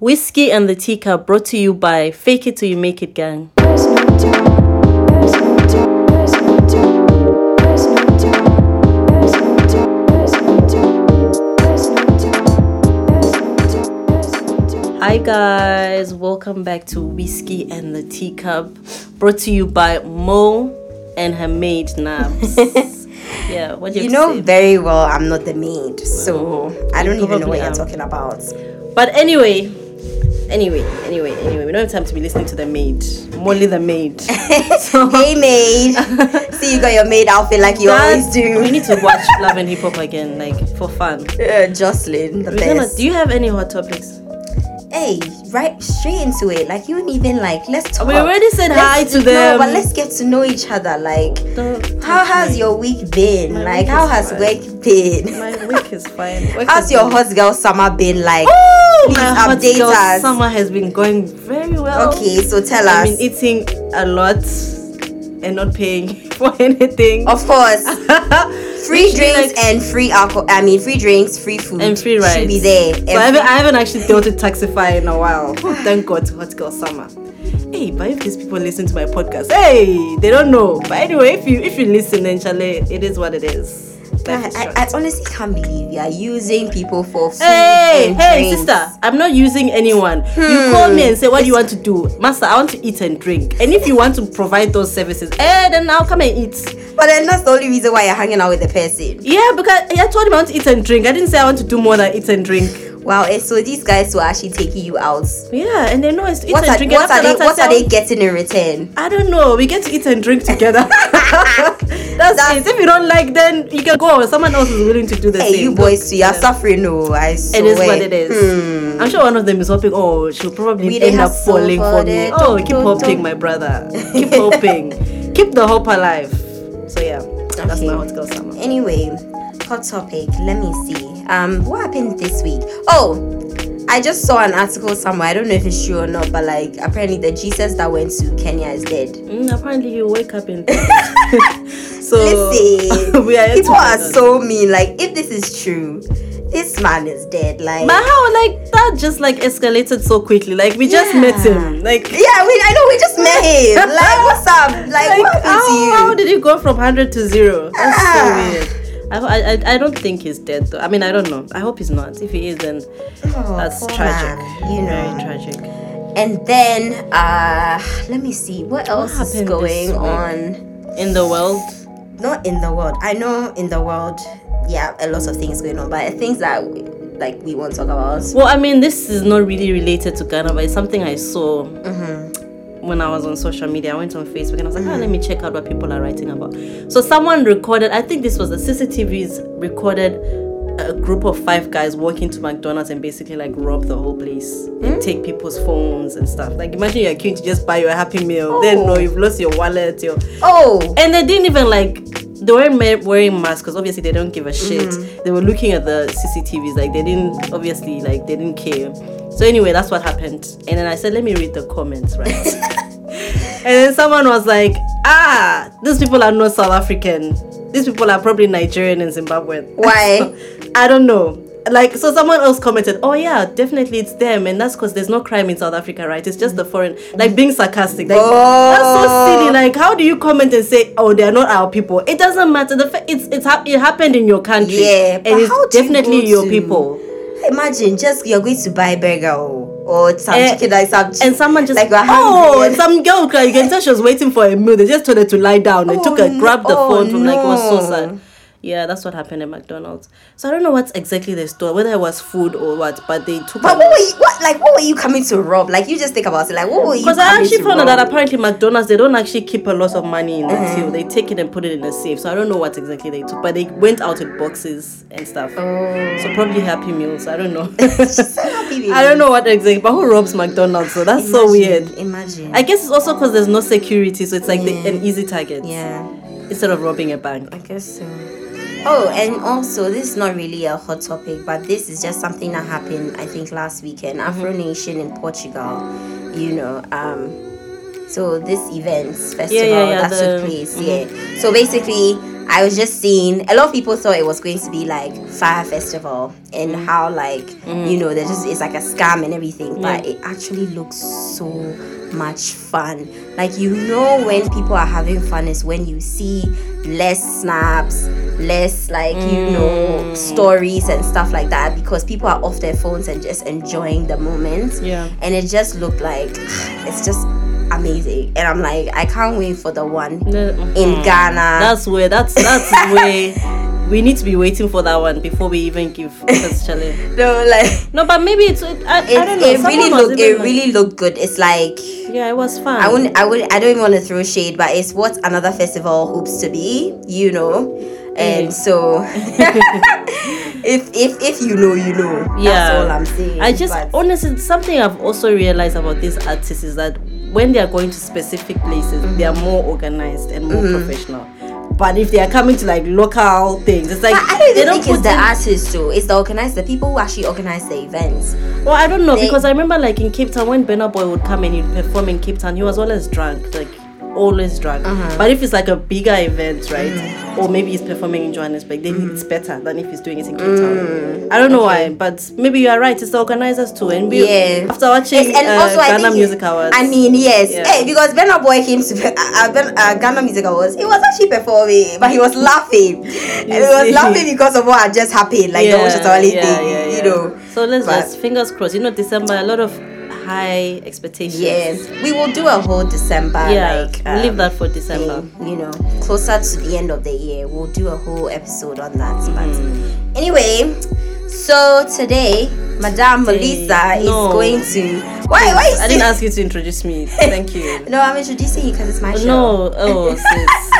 Whiskey and the Teacup brought to you by Fake It Till You Make It Gang. Hi guys, welcome back to Whiskey and the Teacup, brought to you by Mo and her maid Nabs. yeah, what do you, You have to know say? very well I'm not the maid, so I don't even know probably um, what am. you're talking about. But anyway, anyway, anyway, anyway, we don't have time to be listening to the maid, Molly the maid. hey maid, see you got your maid outfit like you always Guys, do. We need to watch Love and Hip Hop again, like for fun. Uh, Jocelyn, the We're gonna, best. do you have any hot topics? hey, right straight into it. Like you ain't even like let's talk. We already said Let's- hi to No, them. but let's get to know each other. Like, Don't how touch has me. your week been? My like, week how is has fine. work been? my week is fine. Work How's has your been- hot girl summer been like? Ooh, Please my hot update girl us. Summer has been going very well. Okay, so tell us. I've been eating a lot and not paying for anything. of course, free Literally, drinks like- and free alcohol. I mean, free drinks, free food, and free rides. Should be there. So I haven't, I haven't actually dealt with Taxify in a while. Oh, Thank God to Hot Girl Summer. Hey, but if these people listen to my podcast, hey, they don't know. But anyway, if you if you listen, then Charlie, it is what it is. Life is I, short. I, I honestly can't believe you are using people for food Hey, and Hmm. hey, drinks. sister, I'm not using anyone. You call me and say, What do you want to do? Master, I want to eat and drink. And if you want to provide those services, eh, then I'll come and eat. But then that's the only reason why you're hanging out with the person. Yeah, because I told him I want to eat and drink. I didn't say I want to do more than eat and drink. Wow, and so these guys were actually taking you out. Yeah, and they know it's to eat What and are, drink. and what are after they that, I what tell- are they getting in return? I don't know. We get to eat and drink together. That's, That's- it. If you don't like, then you can go. Someone else is willing to do the same. Hey, you boys too, you're Yeah. suffering no, I swear. It is what it is. Hmm. I'm sure one of them is hoping. Oh, she'll probably We end didn't up have so falling far for me. there. Oh, Don't- keep don't- hoping, don't. my brother. Keep hoping. keep the hope alive. So yeah, that's Okay. my hot girl summer. Anyway, hot topic. Let me see. Um, what happened this week? Oh, I just saw an article somewhere. I don't know if it's true or not, but like apparently the Jesus that went to Kenya is dead. Mm, apparently, you wake up in. so Listen, Oh. we are here to people are find out. so mean. Like, if this is true, this man is dead. Like, But how like that just like escalated so quickly? Like we just Yeah. met him. Like yeah, we, I know we just met him. Like, what's up? Like, what happened how, to you? how did you go from 100 to 0 that's Ah. so weird I, I- I, I don't think he's dead though i mean i don't know i hope he's not if he is then Oh, that's poor tragic man, you know. very tragic And then, uh, let me see what else happened is this going week? on. in the world not in the world. I know in the world, yeah, a lot of things going on, but things that we, like we won't talk about. well i mean this is not really related to ghana but it's something i saw when i was on social media i went on facebook and i was like ah, let me check out what people are writing about so someone recorded i think this was the cctvs recorded a group of five guys walking to McDonald's and basically like rob the whole place and take people's phones and stuff. Like imagine you're queuing to just buy your happy meal, then no, Oh. you've lost your wallet, your Oh, and they didn't even like they weren't ma- wearing masks because obviously they don't give a shit they were looking at the cctvs like they didn't obviously like they didn't care so anyway that's what happened and then i said let me read the comments right and then someone was like ah these people are not south african these people are probably nigerian and zimbabwean Why? So, i don't know like so someone else commented oh yeah definitely it's them and that's because there's no crime in south africa right it's just the foreign like being sarcastic like that's so silly Oh. like how do you comment and say oh they're not our people it doesn't matter the fa- it's it's hap- it happened in your country Yeah, and but it's how do you definitely go your to- people imagine just you're going to buy burger or, or some Eh, chicken like some and someone just like we're hungry. oh and some girl cry- you can tell she was waiting for a meal they just told her to lie down and Oh, took her no. grabbed the Oh, phone from like it was so no. sad yeah that's what happened at mcdonald's so i don't know what's exactly the store whether it was food or what but they took but a- what were you? What like what were you coming to rob? Like you just think about it. Like what were you? Because I coming actually to found out rob? that apparently McDonald's they don't actually keep a lot of money in the Uh-huh. till. They take it and put it in a safe. So I don't know what exactly they took, but they went out with boxes and stuff. So probably Happy Meals. I don't know. Oh. Happy I don't know what exactly. But who robs McDonald's? So that's so weird. Imagine. I guess it's also because there's no security, so it's like the, an easy target yeah, instead of robbing a bank. I guess so. Oh, and also this is not really a hot topic, but this is just something that happened I think last weekend. Mm-hmm. Afro Nation in Portugal, you know, um, so this events festival yeah, yeah, that the- mm-hmm. took place. Yeah. So basically, I was just seeing a lot of people thought it was going to be like fire festival and how like you know they just it's like a scam and everything, but it actually looks so much fun. Like you know when people are having fun is when you see less snaps, less like you know stories and stuff like that because people are off their phones and just enjoying the moment Yeah. and it just looked like it's just amazing and i'm like i can't wait for the one in Mhm. ghana That's where that's that's where we need to be waiting for that one before we even give this challenge. no like No, but maybe it's it, I, it, I don't know. it someone really was looked even it like- really looked good it's like yeah, it was fun. I wouldn't, I would, I don't even want to throw shade, but it's what another festival hopes to be, you know. And Mm. so, if if if you know, you know. Yeah. That's all I'm saying. I just but- honestly something I've also realized about these artists is that when they are going to specific places, Mm-hmm. they are more organized and more professional. But if they are coming to like local things, it's like But I don't they even don't think it's put the in- artists though. It's the organizers, the people who actually organize the events. Well, I don't know They- because I remember like in Cape Town when Burna Boy would come and he'd perform in Cape Town, he was always drunk, like always drunk. Uh-huh. But if it's like a bigger event, right? Or maybe he's performing in Johannesburg, then Mm-hmm. it's better than if he's doing it in Cape Town. Mm. I don't know why, but maybe you are right. It's the organizers too, and we, Yeah. after watching Yes, and uh, also I Ghana think Music Awards, I mean, yes, Yeah. hey, because Benna Boy came to uh, uh, ben, uh, Ghana Music Awards. He was actually performing, but he was laughing. and he was see. laughing because of what had just happened, like the Oshatawale thing, you know. So let's But- just fingers crossed. You know, December a lot of high expectations. Yes, we will do a whole December. yeah, like, we'll leave um, that for December. thing, you know, closer to the end of the year, we'll do a whole episode on that. Mm. But anyway, so today, Madame Melissa is no. going to. Why? Why? Is I didn't ask you to introduce me. Thank you. No, I'm introducing you because it's my show. No, oh sis.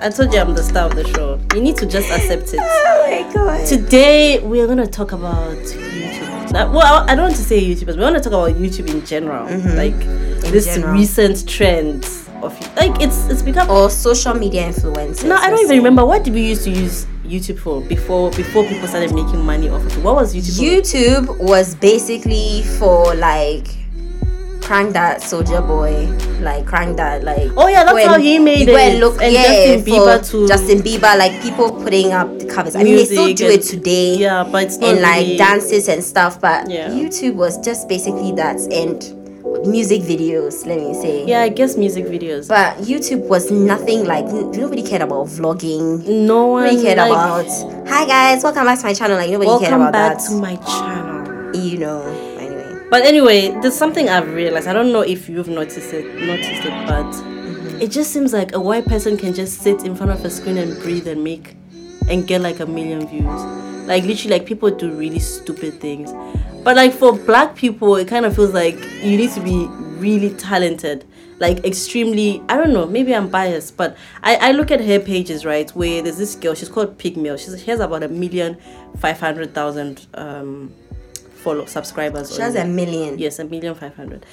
I told you I'm the star of the show. You need to just accept it. Oh my god. Today we are gonna talk about YouTube. Now, well, I don't want to say YouTubers. We want to talk about YouTube in general, like this Mm-hmm. general. Oh, recent trend of like it's it's become. or social media influencers. No, I don't or even remember what did we used to use YouTube for before before people started making money off of it. What was YouTube? something. YouTube was basically for like crank that soldier boy, like crank that like. Oh, yeah, that's when how he made you go And it. look, And yeah, Justin Bieber for too. Justin Bieber, like people putting up the covers. I mean, they still Music do and- it today. for? Yeah, but it's not and like really- dances and stuff, but Yeah. YouTube was just basically that and music videos. Let me say. Yeah, I guess music videos. But YouTube was nothing like n- nobody cared about vlogging. no one nobody cared like, about hi guys welcome back to my channel like nobody cared Welcome about back that to my channel. you know anyway But anyway, there's something I've realized. I don't know if you've noticed it, noticed it, but Mm-hmm. it just seems like a white person can just sit in front of a screen and breathe and make and get like a million views. Like literally, like people do really stupid things. But like for black people, it kind of feels like you need to be really talented, like extremely. I don't know. Maybe I'm biased, but I I look at her pages right where there's this girl. She's called Pigmail. She's she has about a million five hundred thousand um follow subscribers. she on has a million Yes, a million five hundred.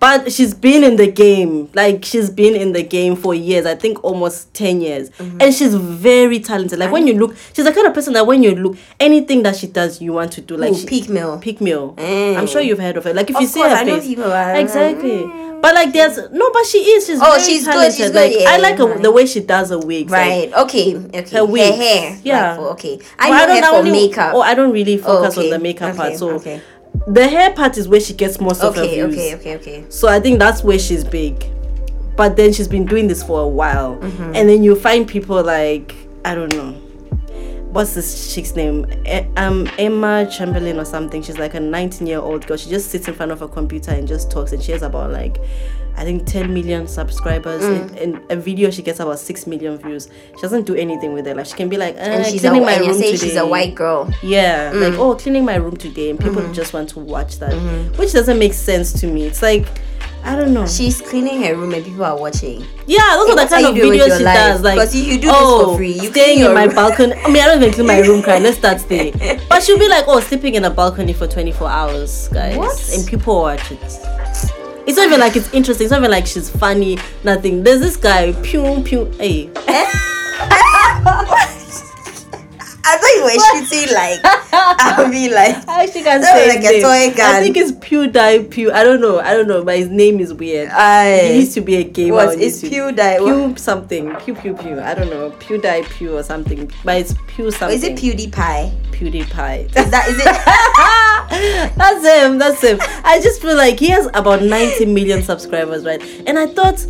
But she's been in the game. Like she's been in the game for years. I think almost ten years. Mm-hmm. And she's very talented. Like when you look, she's the kind of person that when you look, anything that she does, you want to do. Like Ooh, she, peak meal Pick meal. Mm. I'm sure you've heard of her. Like if you Of see course, her I know face, people are- Mm. exactly. But like there's no, but she is. She's Oh, very she's good, talented. she's good, Like, yeah, I like yeah. a, the way she does her wigs. like, right okay okay Her wigs, hair yeah. like for- okay i well, know I her for don't really- makeup Oh, I don't really focus okay, on the makeup okay, part. So okay. the hair part is where she gets most of her okay views. okay okay okay So I think that's where she's big. But then she's been doing this for a while. Mm-hmm. And then you find people like, I don't know. What's this chick's name? E- um, Emma Chamberlain or something. She's like a 19 year old girl. She just sits in front of a computer and just talks. And she has about like, I think 10 million subscribers. Mm. And, and a video, she gets about 6 million views. She doesn't do anything with it. Like, she can be like, eh, and she's a, cleaning my and you're room saying today. she's a white girl Yeah, Mm. like oh, cleaning my room today, and Mm-hmm. people just want to watch that, which doesn't make sense to me. It's like, I don't know. she's cleaning her room and people are watching yeah, those are the what kind are of you doing with videos your she life? does. Like, oh, Because you- you do this for free. You clean staying your in my room." balcony. I mean, I don't even clean my room, cry. Let's start there. But she'll be like, oh, sleeping in a balcony for 24 hours, guys, What? and people watch it. It's not even like it's interesting. It's not even like she's funny. Nothing. Eh? There's this guy, pew pew. Hey, I thought you were shooting like I mean like I actually can't That say was his like a name. toy gun. I think it's PewDie Pew. I don't know. I don't know, but his name is weird. He I needs to be a gamer. what on is YouTube. pew die? Pew something. Pew pew pew. I don't know. Pew die pew or something. But it's pew something. Oh, Is it PewDiePie? PewDiePie? Is that is it? that's him. That's him. I just feel like he has about 90 million subscribers, right? And I thought.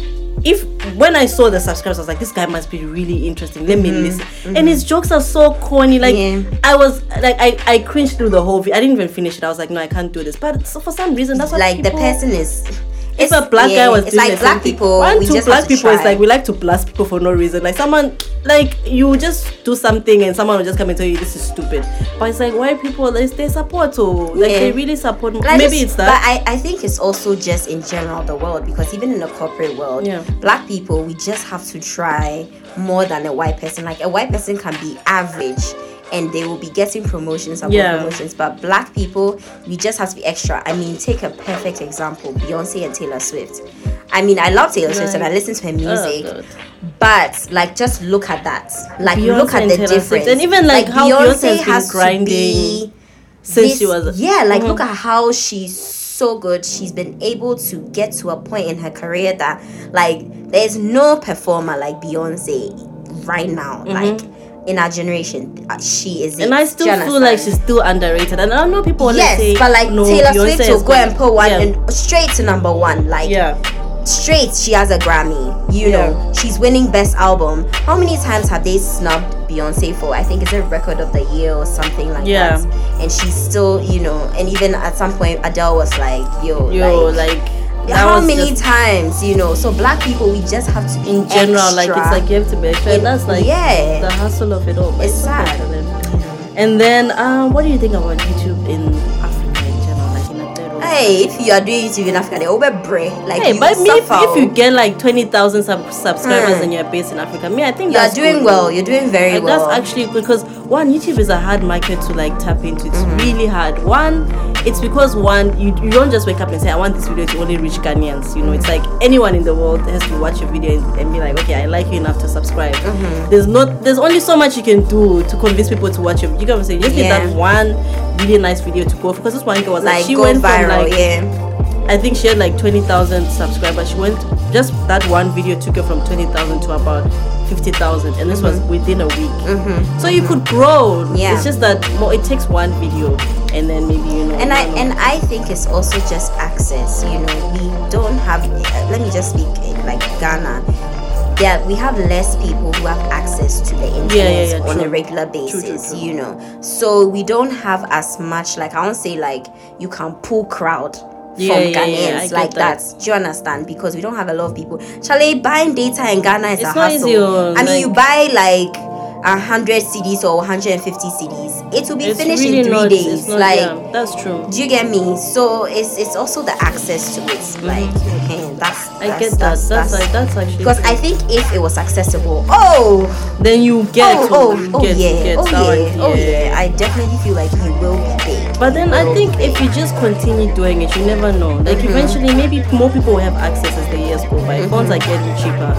If when I saw the subscribers, I was like, this guy must be really interesting. Let me listen. And his jokes are so corny. Like Mm-hmm, Yeah. I was like, I I cringed through the whole. Vi- I didn't even finish it. I was like, no, I can't do this. But so for some reason, that's what like the people- person is. if a black yeah, guy was it's doing like the same black thing- people. one we two just black have to people try. it's like we like to blast people for no reason like someone like you just do something and someone will just come and tell you this is stupid but it's like white people they, they support so like Yeah. they really support But I maybe just- it's that But I, I think it's also just in general the world because even in the corporate world, Yeah. black people we just have to try more than a white person. Like a white person can be average and they will be getting promotions and more Yeah. promotions. But black people, we just have to be extra. I mean, take a perfect example, Beyonce and Taylor Swift. I mean, I love Taylor Swift and I Right. listen to her Oh, music, God. but like, just look at that. Like, Beyonce look at and the Taylor Swift. difference. And even, like, how Beyonce has been to grinding be since this- she was yeah like Mhm. look at how she's so good she's been able to get to a point in her career that like there's no performer like beyonce right now like in our generation uh, she is it. Mm-hmm. and I still Do you feel like understand? she's still underrated and I know people always yes say but like no, taylor Beyonce swift is will go and good. put one yeah. and straight to number one like yeah straight she has a grammy you Yeah. know she's winning best album how many times have they snubbed beyonce for i think it's a record of the year or something like Yeah. that and she's still you know and even at some point adele was like yo, yo like, like, that how was many just- times you know so black people we just have to be in general like it's extra. like you have to be extra and that's like yeah the hustle of it all but It's so sad. competitive. and then um, what do you think about youtube in africa in general like in a third world Hey, if you are doing it in Africa, they're over break. Like, Hey, you but me, if, suffer. if you get like 20,000 sub- subscribers Hmm. and you're based in Africa, me, I think you are that's doing good. well, you're doing very Like, well. That's actually good because one, YouTube is a hard market to like tap into. It's Mm-hmm. really hard. One, it's because one, you, you don't just wake up and say, I want this video to only reach Ghanaians. You know, it's like anyone in the world has to watch your video and, and be like, okay, I like you enough to subscribe. Mm-hmm. There's not, there's only so much you can do to convince people to watch your. You know what I'm saying? You just need Yeah. that one really nice video to go because this one girl was like, like, she go went viral, from like yeah. I think she had like 20,000 subscribers. She went, just that one video took her from 20,000 to about 50,000. And this was within a week. So you could grow. Mm-hmm. Yeah. It's just that more, it takes one video and then maybe, you know. and I one or- and I think it's also just access. You know, we don't have. uh, Let me just speak in like Ghana. Yeah, we have less people who have access to the internet yeah, yeah, on a true. regular true, basis. true. You know, so we don't have as much. Like I won't say like you can pull crowd. Yeah, from yeah, yeah, I Ghanaians get like that. that. Do you understand? Because we don't have a lot of people. Charlie, buying data in Ghana is It's a not hassle. easy, oh, I mean, you like- buy like a hundred CDs or 150 CDs. It will be it's finished really in three not, days. It's not, like yeah, that's true. do you get me? So it's it's also the access to it. Like okay, that's, I that's- get that. That's, like, that's actually. because I true. think if it was accessible, oh, Then you get oh, to oh, oh get, yeah, get oh that yeah, oh idea. yeah. I definitely feel like he will be big. But then He I will think be if big. you just continue doing it, you never know. Like Mm-hmm. eventually, maybe more people will have access as the years go by. Phones are getting cheaper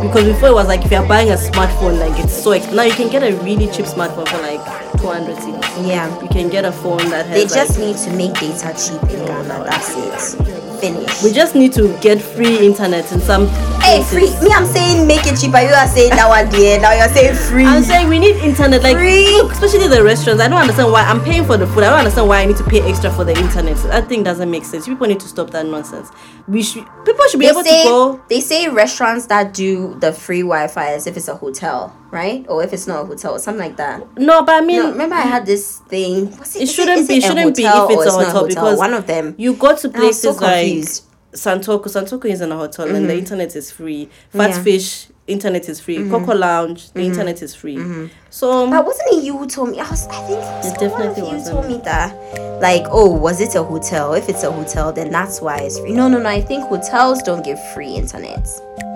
because before it was like if you're buying a smartphone, like it's so expensive. Now you can get a really cheap smartphone for like 200 cedis. yeah, You can get a phone that has. they like- just need to make data cheap in Ghana. That's it. Finish. we just need to get free internet in some. hey, places. free. Me, I'm saying make it cheaper. You are saying that one there. Now you're saying free. I'm saying we need internet, like Free. look, especially the restaurants. I don't understand why I'm paying for the food. I don't understand why I need to pay extra for the internet. That thing doesn't make sense. People need to stop that nonsense. We should people should be they able say to go they say restaurants that do the free Wi-Fi as if it's a hotel, right? Or if it's not a hotel, or something like that. No, but I mean, No, remember I had this thing. Was it is shouldn't is be. it a shouldn't be hotel if or it's a not hotel, because one of them. you go to I was places so like confused. Mm-hmm. Santoku. Santoku is in a hotel, and the internet is free. Fat Yeah. Mm-hmm. Fish internet is free. Coco Lounge the internet is free. So But wasn't it you who told me? I was. I think it was It one of definitely you wasn't. told me that. Like, oh, was it a hotel? If it's a hotel, then that's why it's free. No, no, no. I think hotels don't give free internet.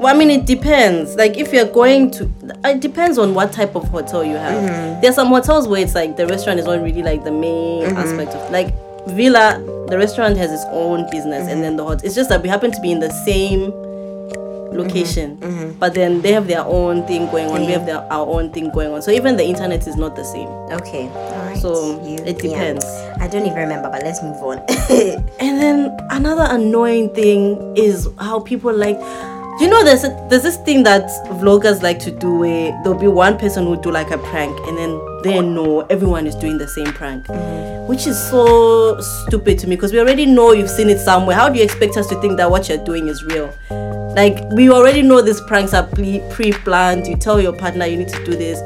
well, I mean, it depends. Like if you're going to, it depends on what type of hotel you have. There's some hotels where it's like the restaurant is not really like the main aspect of like. Villa, the restaurant has its own business, and then the hotel. It's just that we happen to be in the same location. But then they have their own thing going on. We have their, our own thing going on. So even the internet is not the same. Okay. All right. So You- it yeah. depends. I don't even remember, but let's move on. And then another annoying thing is how people like. You know, there's a, there's this thing that vloggers like to do where there'll be one person who do like a prank, and then they know everyone is doing the same prank, which is so stupid to me because we already know you've seen it somewhere. How do you expect us to think that what you're doing is real? Like we already know these pranks are pre- pre-planned. You tell your partner you need to do this,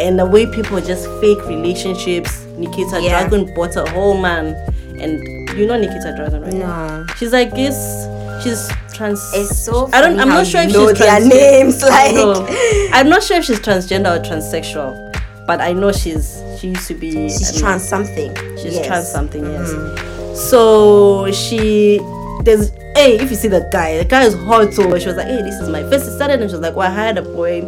and the way people just fake relationships, Nikita Yeah. Dragon bought a whole man, and you know Nikita Dragon, right? no. She's like this. She's trans. It's so. I don't. funny I'm how not sure you if know she's their transgen- names. Like. No. I'm not sure if she's transgender or transsexual, but I know she's. She used to be. She's I mean, trans something. She's Yes. trans something. Yes. So she. There's. Hey, if you see the guy, the guy is hot. So she was like, hey, this is my first Saturday, and she was like, well, I hired a boy.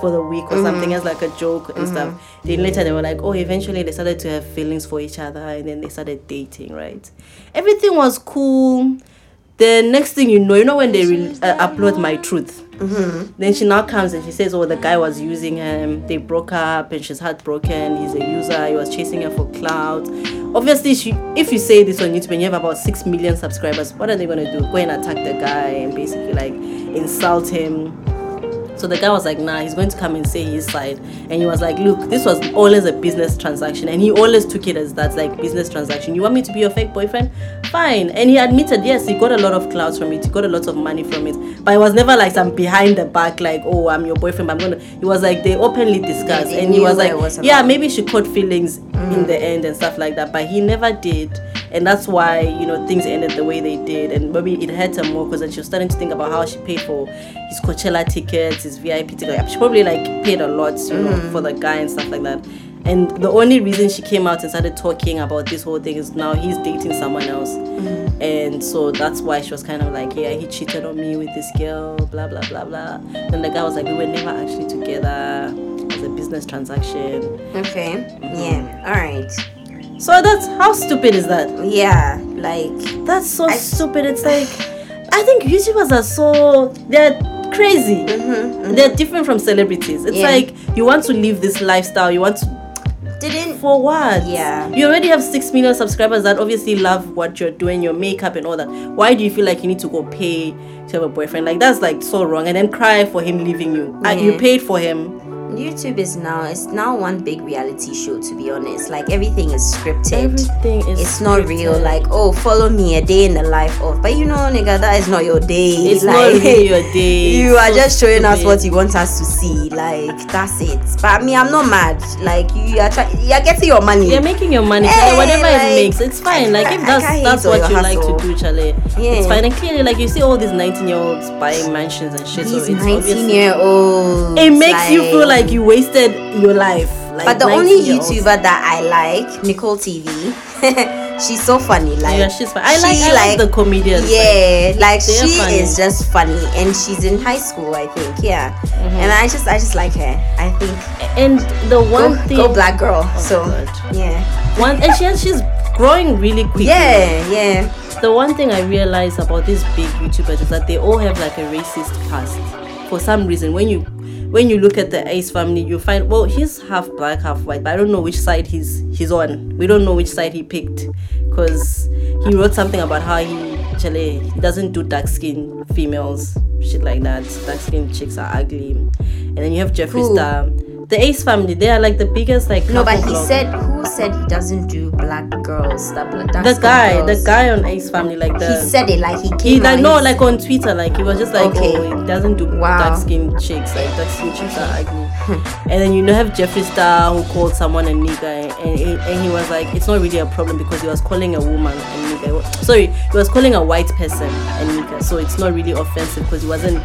For the week or something as like a joke and stuff. Then later they were like, oh, eventually they started to have feelings for each other and then they started dating, right? Everything was cool the next thing you know, you know when they re- uh, upload my truth. Then she now comes and she says, "Oh, the guy was using him. They broke up, and she's heartbroken. He's a user. He was chasing her for clout. Obviously, she, if you say this on YouTube and you have about six million subscribers, what are they gonna do? Go and attack the guy and basically like insult him." So the guy was like, nah, he's going to come and say his side. And he was like, look, this was always a business transaction. And he always took it as that, like, business transaction. You want me to be your fake boyfriend? Fine. And he admitted, yes, he got a lot of clouds from it. He got a lot of money from it. But it was never like some behind the back, like, oh, I'm your boyfriend. But I'm going to. It was like they openly discussed. they and he knew was what like, it was yeah, about." maybe she caught feelings in the end and stuff like that. But he never did. And that's why, you know, things ended the way they did. And maybe it hurt her more because then she was starting to think about how she paid for his Coachella tickets, his VIP ticket. She probably like paid a lot, you know, for the guy and stuff like that. And the only reason she came out and started talking about this whole thing is now he's dating someone else. And so that's why she was kind of like, yeah, he cheated on me with this girl, blah, blah, blah, blah. And the guy was like, we were never actually together. It's a business transaction. Okay. Yeah. All right. So that's how stupid is that? Yeah. Like. That's so I- stupid. It's like I think YouTubers are so they're crazy. They're different from celebrities. It's Mm-hmm, Yeah. like you want to live this lifestyle. You want to Didn't. for what? Yeah. You already have six million subscribers that obviously love what you're doing, your makeup and all that. Why do you feel like you need to go pay to have a boyfriend? Like that's like so wrong. And then cry for him leaving you. And you Yeah. paid for him. YouTube is now. It's now one big reality show. To be honest, like everything is scripted. Everything is it's not real. scripted. Like, oh, follow me a day in the life of. But you know, nigga, that is not your day. It's not like, really your day. You It's are so just showing us stupid. what you want us to see. Like, that's it. But I mean, I'm not mad. Like, you are trying. You're getting your money. You're making your money, Hey, Charlie, whatever like, it makes, it's fine. Like if I that's can't that's hate on what you your like to hustle. do, Charlie, Yeah. it's fine. And clearly, like you see all these 19 year olds buying mansions and shit, so These it's 19 obviously year olds. it makes you feel like you wasted your life. Like, But the only 19-year-olds. YouTuber that I like, Nicole TV. she's so funny. Like, yeah, she's fine. I she, like, I like the comedians. Yeah, like They're she funny. is just funny, and she's in high school, I think. Yeah, Mm-hmm. and I just, I just like her. I think and the one go, thing, go black girl. my so Oh, God. yeah, one and she has, she's growing really quickly. yeah, yeah. The one thing I realized about these big YouTubers is that they all have like a racist past. For some reason, when you when you look at the Ace family, you find well he's half black, half white, but I don't know which side he's he's on. We don't know which side he picked, because he wrote something about how he actually he doesn't do dark skinned females, shit like that. Dark skinned chicks are ugly, and then you have Jeffree Who? Star. The Ace family, they are like the biggest like. No, but couple he blog- said, who said he doesn't do black girls? That black, the guy, the guy on Ace family, like the He said it like he came. He like out, no he's- like on Twitter like he was just like Okay. oh it doesn't do Wow. dark skin chicks like dark skin chicks are ugly and then you know have Jeffree Star who called someone a nigga and, and, and he was like it's not really a problem because he was calling a woman a nigga sorry he was calling a white person a nigga so it's not really offensive because he wasn't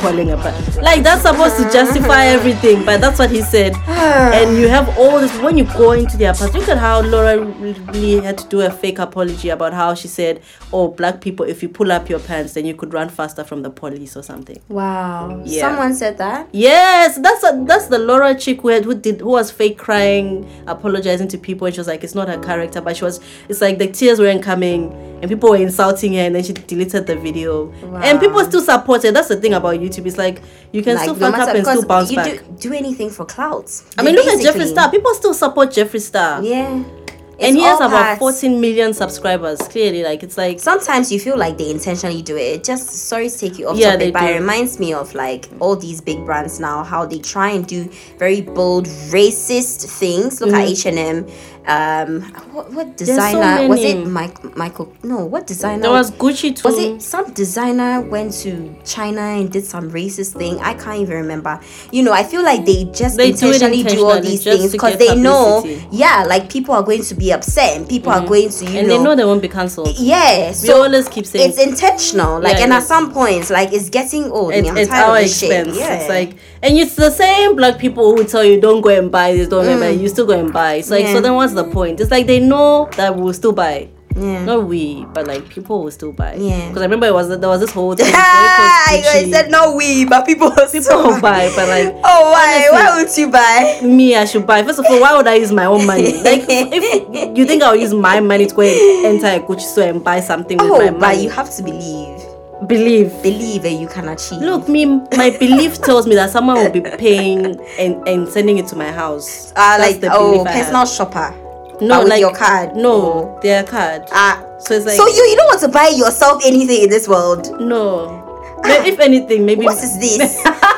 calling a but like that's supposed to justify everything but that's what he said and you have all this when you go into their past look at how Laura really had to do a fake apology about how she said oh black people if you pull up your pants then you could run faster from the police or something Wow. Yeah. Someone said that. yes that's a, that's the Laura chick who, had, who did who was fake crying apologizing to people and she was like it's not her character but she was it's like the tears weren't coming and people were insulting her and then she deleted the video Wow. and people still supported that's the thing about youtube it's like you can still fuck up and because still bounce you back Do, do anything for clout. i mean look at Basically. jeffree star people still support jeffree star Yeah. and It's he has all about parts. 14 million subscribers clearly like it's like Sometimes you feel like they intentionally do it. It just sorry to take you off Yeah, they topic, but do. it reminds me of like all these big brands now, how they try and do very bold racist things. Look Mm-hmm. at H and M. Um, what, what designer was many. it? Mike Michael? No, what designer? there was gucci too Was it some designer went to China and did some racist thing? I can't even remember. You know, I feel like they just They do it intentionally do, all intentionally these just things to because get they know, publicity. Mm. yeah, like people are going to be upset and people are going to, you and they know they won't be cancelled yeah. we So always keep saying it's intentional, like, Yeah, and it at is. some points, like it's getting old. it's, me, I'm it's tired of our this shit. expense. Yeah. It's like, and it's the same black people who tell you don't go and buy this, don't go and buy. You still go and buy. It's like, so Mm. Yeah. then what's the point? It's like they know that we'll still buy. yeah. Not we, but like people will still buy. Mm. Yeah. Because I remember it was there was this whole thing. I boycott Gucci. said no, we, but people people will buy, but, like, oh why? Why would you buy? me, I should buy. First of all, why would I use my own money? Like, if you think I'll use my money to go and enter a Gucci store and buy something with my Oh, but money, you have to believe, believe. believe that you can achieve. Look, me, my belief tells me that someone will be paying and, and sending it to my house. Ah, That's like the oh, belief I have. personal shopper. no, but with like your card. No, their card. Ah, So it's like so you you don't want to buy yourself anything in this world. no. May- if anything, maybe What is this?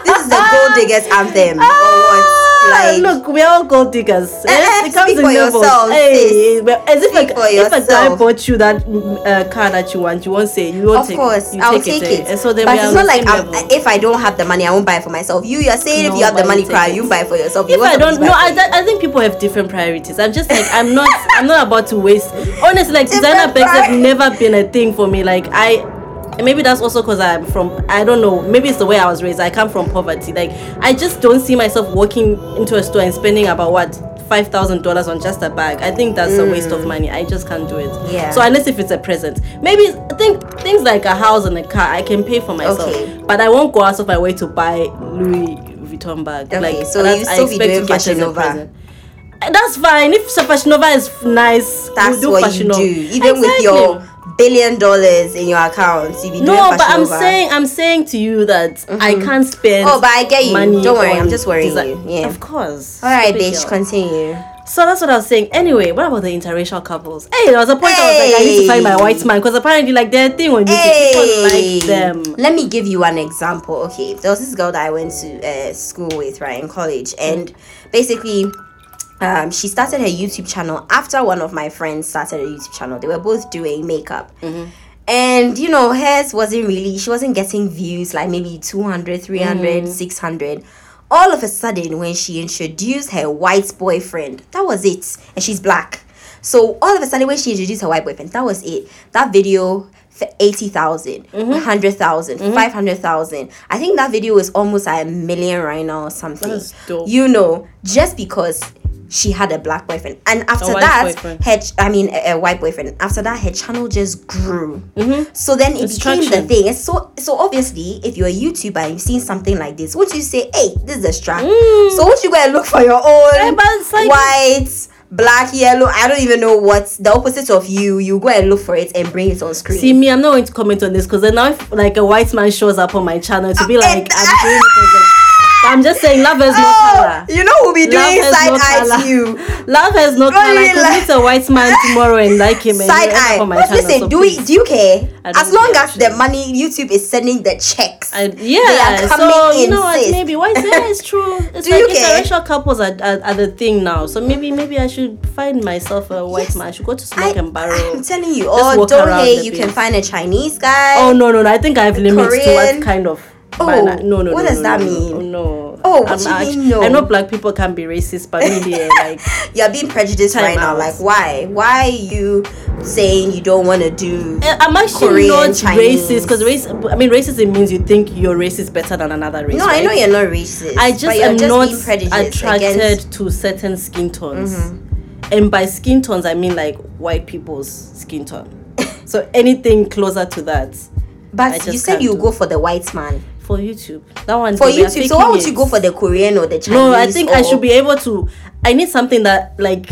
this is the gold diggers anthem. Ah, or what? Like look, we are all gold diggers. Eh, eh, it comes speak in for levels. yourself, Hey, sis. well, as if Speak a, for if a guy yourself. bought you that mm, uh, car that you want, you won't say you won't of take. course, you I'll take, eh. it. And so then but we are on it's not the like same I'm, level. if I don't have the money, I won't buy it for myself. You, you're saying No, if you have the but money, you cry, take it. you buy for yourself. You if I want somebody don't to know, buy I, for you. I think people have different priorities. I'm just like I'm not I'm not about to waste. Honestly, like designer Different bags have priorities. never been a thing for me. Like I, and maybe that's also because I'm from I don't know. Maybe it's the way I was raised. I come from poverty. Like I just don't see myself walking into a store and spending about what. Five thousand dollars on just a bag. I think that's a waste of money. I just can't do it. Mm. Yeah. So unless if it's a present, maybe I think things like a house and a car, I can pay for myself. Okay. But I won't go out of my way to buy Louis Vuitton bag. Okay, like so that you I still be expect to doing get as a Fashion Nova. present. Uh, That's fine. If so Fashion Nova is f- nice, That's we'll do what Fashion you Nova. do, even with Exactly. your billion dollars in your account. You be doing No, but Fashion I'm Nova. saying I'm saying to you that I can't spend. Oh, but I get you. money Don't worry, on I'm just worrying desi- you. Yeah. of course. All right, Stupid bitch, girl. continue. So that's what I was saying. Anyway, what about the interracial couples? Hey, there was a point I was like, I need to find my Hey. white man because apparently, like, their thing on YouTube, Hey, people like them. let me give you an example. Okay, there was this girl that I went to uh, school with, right, in college, and basically. Um, she started her YouTube channel after one of my friends started a YouTube channel. They were both doing makeup. And you know, hers wasn't really, she wasn't getting views like maybe 200, 300, 600. All of a sudden, when she introduced her white boyfriend, that was it. And she's black. So all of a sudden, when she introduced her white boyfriend, that was it. That video for 80,000, 100,000, 500,000. I think that video is almost at a million right now or something. That's dope. You know, just because she had a black boyfriend. And after white that, boyfriend. her ch- I mean a, a white boyfriend. After that, her channel just grew. So then it Mm-hmm. It's became traction. the thing. It's so so obviously, if you're a YouTuber and you've seen something like this, would you say, "Hey, this is a strap"? So would you go and look for your own Eh, Mm. but it's like- white, black, yellow? I don't even know what's the opposite of you. You go and look for it and bring it on screen. See me, I'm not going to comment on this because then now if like a white man shows up on my channel to be like, Ah, and- I'm doing it as a- I'm just saying love has no oh, color. you know who'll be Love doing has side no eye colour. to you. Love has no color. I really could like- meet a white man tomorrow and like him and Side he'll end up eye. on my But channel. listen, so do please. we do you care? I don't As long care, as the actually. money YouTube is sending the checks, I, they yeah, are coming so in. you know what? sis. Maybe why? Yeah, it's true. It's Do like you care? interracial couples are, are, are the thing now. So maybe maybe I should find myself a white Yes. man. I should go to smoke and I'm barrel. telling you, Just or walk don't around hey, the you place. can find a Chinese guy. Oh no no no! I think I have limits to what Korean. kind of. Oh, banner- no no. what no, does no, that no, mean? No. no. Oh, what I'm do you act- mean, no? I know black people can be racist, but maybe yeah, like You're being prejudiced Time right now. out. Like, why? Why you saying you don't want to do? Uh, I'm actually Korean, not Chinese. racist because race. I mean, racism means you think your race is better than another race. no, I right? know you're not racist. I just but you're am just not being prejudiced attracted against. Mm-hmm. to certain skin tones, and by skin tones I mean like white people's skin tone. so anything closer to that I But just you said can't you do. go for the white man for YouTube, that one for they were YouTube. So why faking would you it. go for the Korean or the Chinese? No, I think I or- should be able to. I need something that like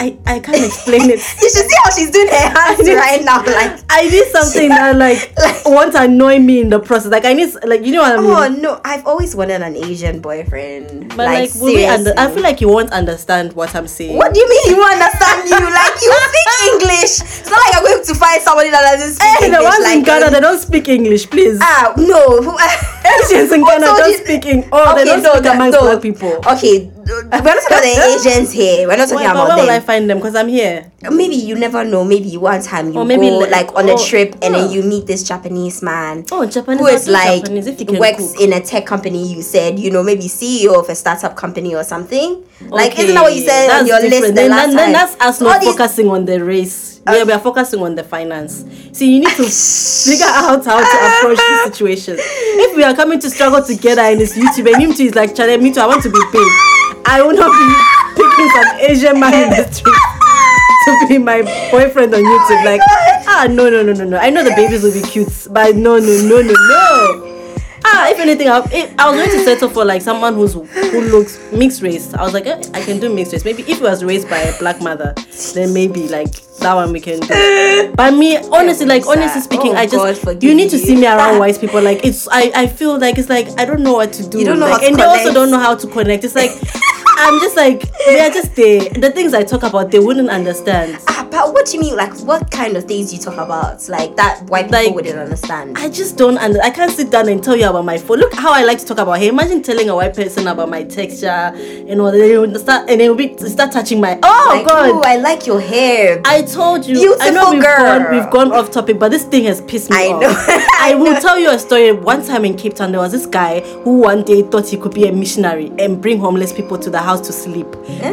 I, I can't explain it. Oh. you should see how she's doing her hands right now. Like, I need something that like, Like- won't annoy me in the process. Like I need like you know what I mean. oh no, I've always wanted an Asian boyfriend. but like, will we under- I feel like you won't understand what I'm saying. What do you mean you won't understand you? Like you speak English. It's not like I'm going to find somebody that doesn't speak Hey, English. the ones like, in Ghana they don't speak English, please. ah no. Asians in Who Ghana told don't you- speak Eng- oh, they don't speak that- amongst black people. Okay, we're not talking about the Asians here. We're not Why- talking but about where will I them. find them? Because I'm here. Maybe you never know. Maybe one time you Or maybe go like- like on a oh, trip and then yeah. you meet this Japanese man. Oh, Japanese. who I'll is do like Japanese if you can works cook. in a tech company you said you know maybe ceo of a startup company or something like isn't that what you said on That's your list the different. then, last then, then time that's us not All these- focusing on the race. Okay. yeah, we are focusing on the finance. See, you need to figure out how to approach this situation. If we are coming to struggle together in this YouTube and him too is like, Charlie, me too, I want to be paid. I will not be picking some Asian man in the street to be my boyfriend on YouTube. Oh my like, God. ah, no, no, no, no, no. I know the babies will be cute, but no, no, no, no, no. Ah, if anything, I, if, I was going to settle for like someone who's who looks mixed race. I was like, eh, I can do mixed race. Maybe if it was raised by a black mother, then maybe like that one we can do. But me, honestly, like Musa. honestly speaking, Oh, I just God forgive you need to you. see me around white people. Like it's, I, I feel like it's like I don't know what to do. You don't know like, how to and they also connect. don't know how to connect. It's like I'm just like they are just there. The things I talk about, they wouldn't understand. Ah, but what do you mean like what kind of things you talk about like that white people Like- wouldn't understand I just don't under I can't sit down and tell you about my phone. Look how I like to talk about hair. Imagine telling a white person about my texture and all that. They would start and they would be start touching my oh like, oh god. i like your hair I told you. I Beautiful know we've gone, girl. we've gone off topic, but this thing has pissed me I off. know. I will tell you a story. One time in Cape Town, there was this guy who one day thought he could be a missionary and bring homeless people to the house to sleep.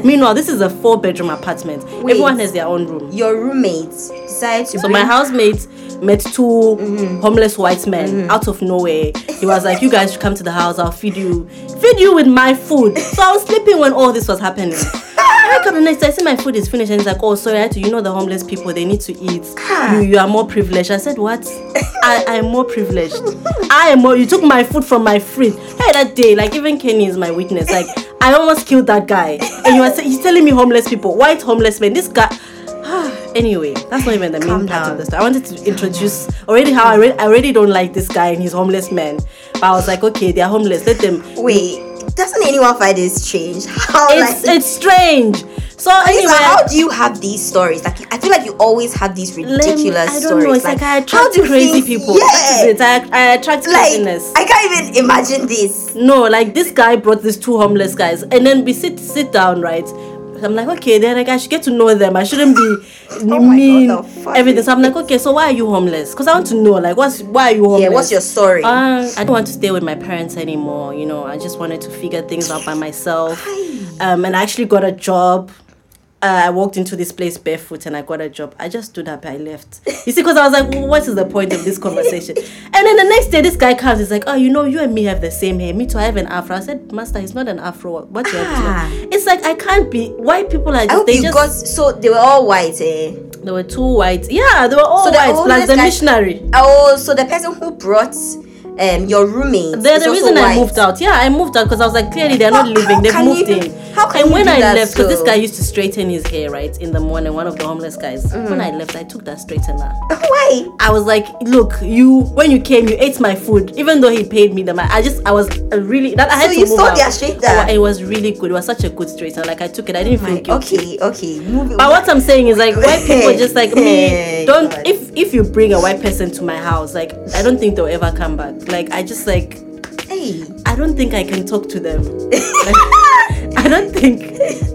Meanwhile, this is a four-bedroom apartment. Eh? Wait. Everyone has their own room. your roommates decided to So bring Mm-hmm. my housemate met 2 homeless white men out of nowhere. He was like, "You guys should come to the house. I'll feed you, feed you with my food." So I was sleeping when all this was happening. I wake up the next day, I see my food is finished, and he's like, "Oh, sorry, I had to. You know the homeless people, they need to eat. Ah. You, you are more privileged." I said, "What? I, I am more privileged. I am more. You took my food from my fridge. Hey, that day, like even Kenny is my witness. Like I almost killed that guy, and you are sa- he's telling me homeless people, white homeless men. This guy." anyway, that's not even the main Calm part down. of the story. I wanted to introduce already how I, re- I already don't like this guy and his homeless man, but I was like, okay, they're homeless. Let them. wait doesn't anyone find this strange how It's like it's strange. So Lisa, anyway, how do you have these stories? Like, I feel like you always have these let me- ridiculous I don't stories. know. It's like, I how attract do crazy things- people. That Yeah, is it. I, I attract like craziness. I can't even imagine this. no, like this guy brought these two homeless guys, and then we sit sit down, right? I'm like, okay, then like I should get to know them. I shouldn't be Oh my mean God, the fuck everything. is So I'm like, okay, so why are you homeless? Because I want to know, like, what's why are you homeless? Yeah, what's your story? Uh, I don't want to stay with my parents anymore. You know, I just wanted to figure things out by myself. Um, and I actually got a job. Uh, I walked into this place barefoot and I got a job. I just stood up, I left. You see, because I was like, "Well, what is the point of this conversation? and then the next day, this guy comes. He's like, oh, you know, you and me have the same hair. Me too, I have an afro. I said, Master, it's not an afro. What you Ah. have to know? It's like, I can't be. White people are I just. hope They you just. got so they were all white, eh? there were two whites. Yeah, they were all So the whites, plus homeless the guy- missionary. Oh, so the person who brought um your roommate. They're is the also reason I white. moved out. Yeah, I moved out because I was like, clearly they're not How- living. how They've can moved you- in. how can and you when do I that left, because this still? guy used to straighten his hair, right, in the morning, one of the homeless guys. Mm. When I left, I took that straightener. Why? I was like, look, you when you came, you ate my food, even though he paid me the money. I just I was uh, really that I had So to you move saw out. their straightener? Oh, it was really good. It was such a good straightener. Like I took it. I didn't feel guilty. Oh Okay, okay. Move it. But what I'm saying is like white people just like me Hey, don't God. if if you bring a white person to my house, like I don't think they'll ever come back. Like I just like hey. I don't think I can talk to them. Like, I don't think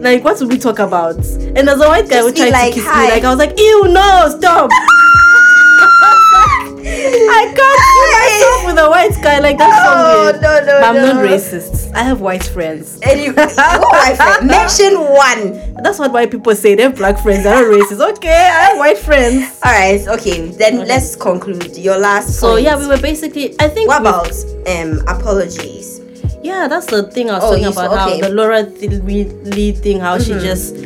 like what would we talk about? And as a white guy Just who be tried like, to kiss "Hi." me, like I was like, ew no, stop. I can't see myself with a white guy like that's so Oh, weird. no, no, But I'm no. not racist. I have white friends. Anyway, oh, my friend, mention one. That's what white people say. They have black friends. They're not racist. Okay, I have white friends. All right, okay. Then let's conclude your last. So point. yeah, we were basically. I think. What we- about um apologies? Yeah, that's the thing I was Oh, talking you saw- about. How okay. Mm-hmm. the Laura Th- Lee Lee thing. How she just.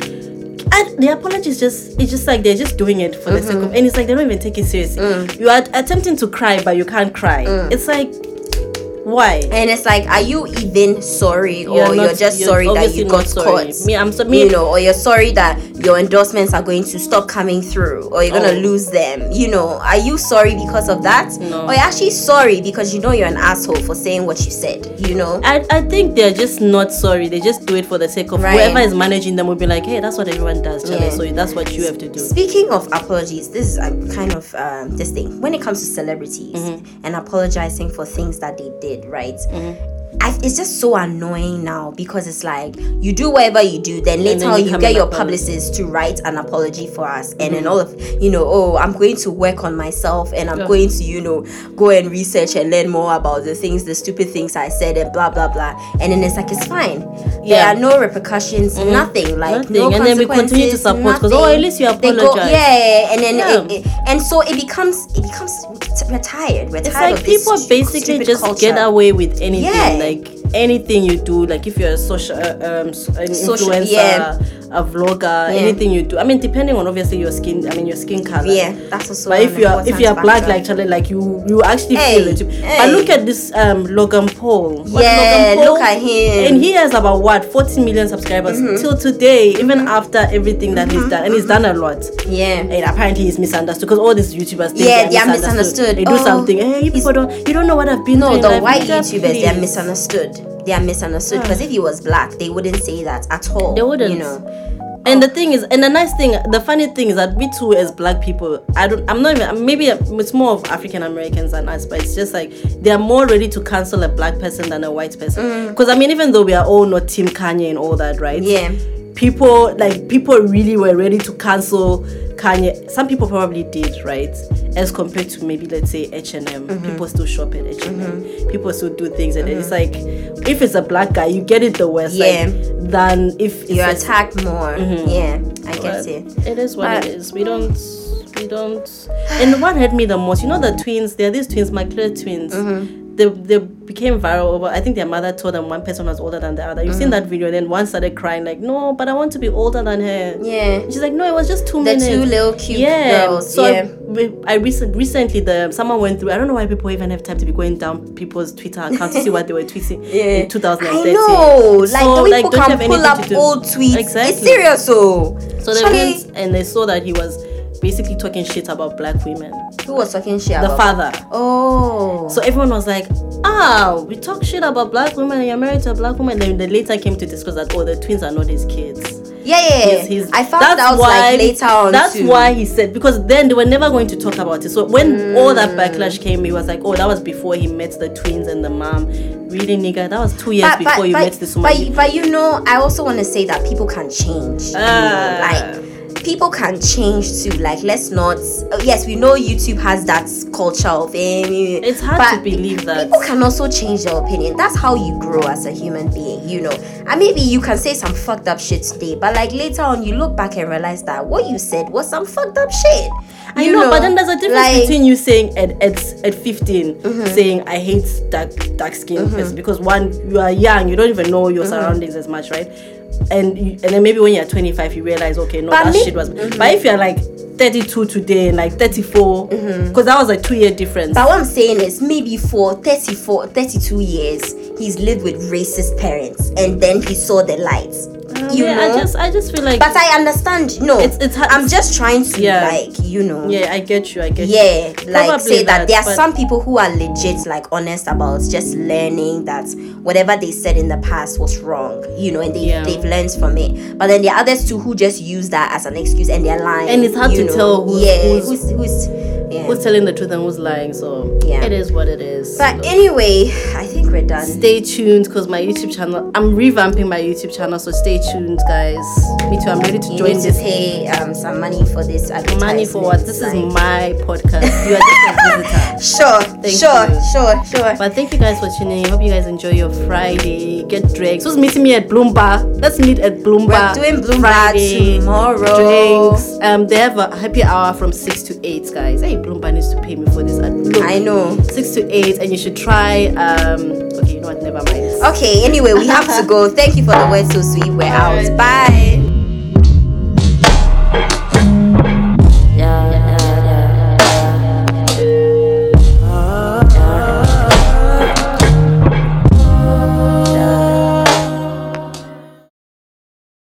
And the apologies just it's just like they're just doing it for the sake Mm-hmm. of Mm. and it's like they don't even take it seriously. You are attempting to cry but you can't cry. It's like Why? And it's like, are you even sorry, or You're Eh, oh, you're, not- just you're sorry that obviously you not got sorry. caught? Me, I'm so me. you know, or you're sorry that your endorsements are going to stop coming through, or you're gonna Oh. lose them. You know, are you sorry because of that, No. or you're actually sorry because you know you're an asshole for saying what you said? You know, I, I think they're just not sorry. They just do it for the sake of Right. whoever is managing them will be like, hey, that's what everyone does, Charlie. Yeah. So that's what you have to do. Speaking of apologies, this is um, kind of um, this thing when it comes to celebrities Mm-hmm. and apologizing for things that they did, right? I, it's just so annoying now because it's like you do whatever you do, then later then on you you, come get and your apologize. Mm-hmm. publicist to write an apology for us, and then all of you know, oh, I'm going to work on myself, and I'm Yeah. going to you know go and research and learn more about the things, the stupid things I said, and blah blah blah, and then it's like it's fine. Yeah. There are no repercussions, nothing, like Nothing. no And then we continue to consequences, support 'cause, oh, nothing. at least you They go- apologized. yeah, and then Yeah. It, it- and so it becomes it becomes we're tired. We're It's tired like of this people stu- basically stupid just culture. get away with anything. Yeah. Like anything you do, like if you're a social, uh, um, s- an Social- influencer, yeah. a vlogger, anything you do. I mean, depending on obviously your skin. I mean, your skin color. Yeah, that's also. But an if you're if important you're black factor. like Charlie, like you you actually Hey, feel it. hey. But look at this um Logan Paul. What, Yeah, Logan Paul? look at him. Mm-hmm. And he has about what 40 million subscribers till today, even after everything that he's done, and he's done a lot. yeah. And apparently he's misunderstood because all these YouTubers think Yeah, they're they are misunderstood. misunderstood. They do Oh, something. Hey, you he's- people don't you don't know what I've been No, through. the white YouTubers they are misunderstood. They are misunderstood because if he was black, they wouldn't say that at all. They wouldn't. You know. And the thing is, and the nice thing, the funny thing is that we too, as black people, I don't, I'm not even, maybe it's more of African Americans than us, but it's just like they are more ready to cancel a black person than a white Mm. person. Because I mean, even though we are all not Team Kanye and all that, right? Yeah. People, like, people really were ready to cancel Kanye. Some people probably did, right? As compared to maybe, let's say, H&M. Mm-hmm. People still shop at H&M. People still do things. And it's like, if it's a black guy, you get it the worst. Mm-hmm. Yeah. Like, than if it's You're a attacked more. Yeah, I but get it. It is what But- it is. We don't. We don't. And the one hit me the most. You know the twins. They're these twins, McClure twins. Mm-hmm. They, they became viral over. I think their mother told them one person was older than the other. You've Mm-hmm. seen that video. And then one started crying like, "No, but I want to be older than her." Yeah. And she's like, "No, it was just two The minutes." two little cute yeah. girls. so yeah. I, we- I recent, recently the someone went through. I don't know why people even have time to be going down people's Twitter accounts to see what they were tweeting in 2013. I know. Like So, the way don't people can have pull anything up to do. old tweets. It's Exactly. serious though. So they Charlie, went and they saw that he was basically talking shit about black women. who was talking shit The about father. Oh. So everyone was like, ah, we talk shit about black women and you're married to a black woman. Then they later came to discuss that, oh, the twins are not his kids. yeah, yeah. yeah. He's- he's- Eh, I found out like later on. That's too. why he said, because then they were never going to talk about it. So when all that Mm. backlash came, he was like, oh, that was before he met the twins and the mom. Really, nigga, that was two years But, before but, you but, met this woman. but, but you know, I also want to say that people can change. you know, Ah. like people can change too. Like let's not. oh, Yes, we know YouTube has that culture of. Eh, it's hard but to believe that. People can also change their opinion. That's how you grow as a human being, you know. And maybe you can say some fucked up shit today, but like later on, you look back and realize that what you said was some fucked up shit. I you know, but then there's a difference like- Mm-hmm. between you saying at at, at 15 saying I hate dark dark skinned person because one you are young, you don't even know Mm-hmm. your surroundings as much, right? And you, and then maybe when you're 25 you realize okay, no But that me- Mm-hmm. shit was. But if you're like 32 today and like 34 because that was a 2 year difference. Mm-hmm. But what I'm saying is maybe for 34, 32 years, he's lived with racist parents and then he saw the light. you Um, yeah, know? I just I just feel like but I understand, no. It's- it's hard- I'm just trying to, Yeah. like, you know. yeah, I get you. I get you. yeah like Probably say that, that, there are but- some people who are legit like honest about just learning that whatever they said in the past was wrong you know and they, Yeah. they've learned from it but then there are others too who just use that as an excuse and they're lying And it's hard you to tell who's- yeah who's- who's, who's, yeah. Who's telling the truth and who's lying? So Yeah. it is what it is. but So- anyway i think we're done stay tuned because my youtube channel i'm revamping my youtube channel so stay tuned guys me too i'm ready to you join need to this pay um, some money for this money for what advertisement, this is like- my podcast you are just a visitor sure Thank sure you. sure sure but thank you guys for tuning in hope you guys enjoy your friday get drinks who's meeting me at bloomba let's meet at we're bloomba doing Bloomberg Friday. tomorrow drinks um they have a happy hour from six to eight guys hey bloomba needs to pay me for this ad- look, i know six to eight and you should try um okay you know what never mind Okay, anyway, we have to go. Thank you for the word so sweet. We're out. Bye.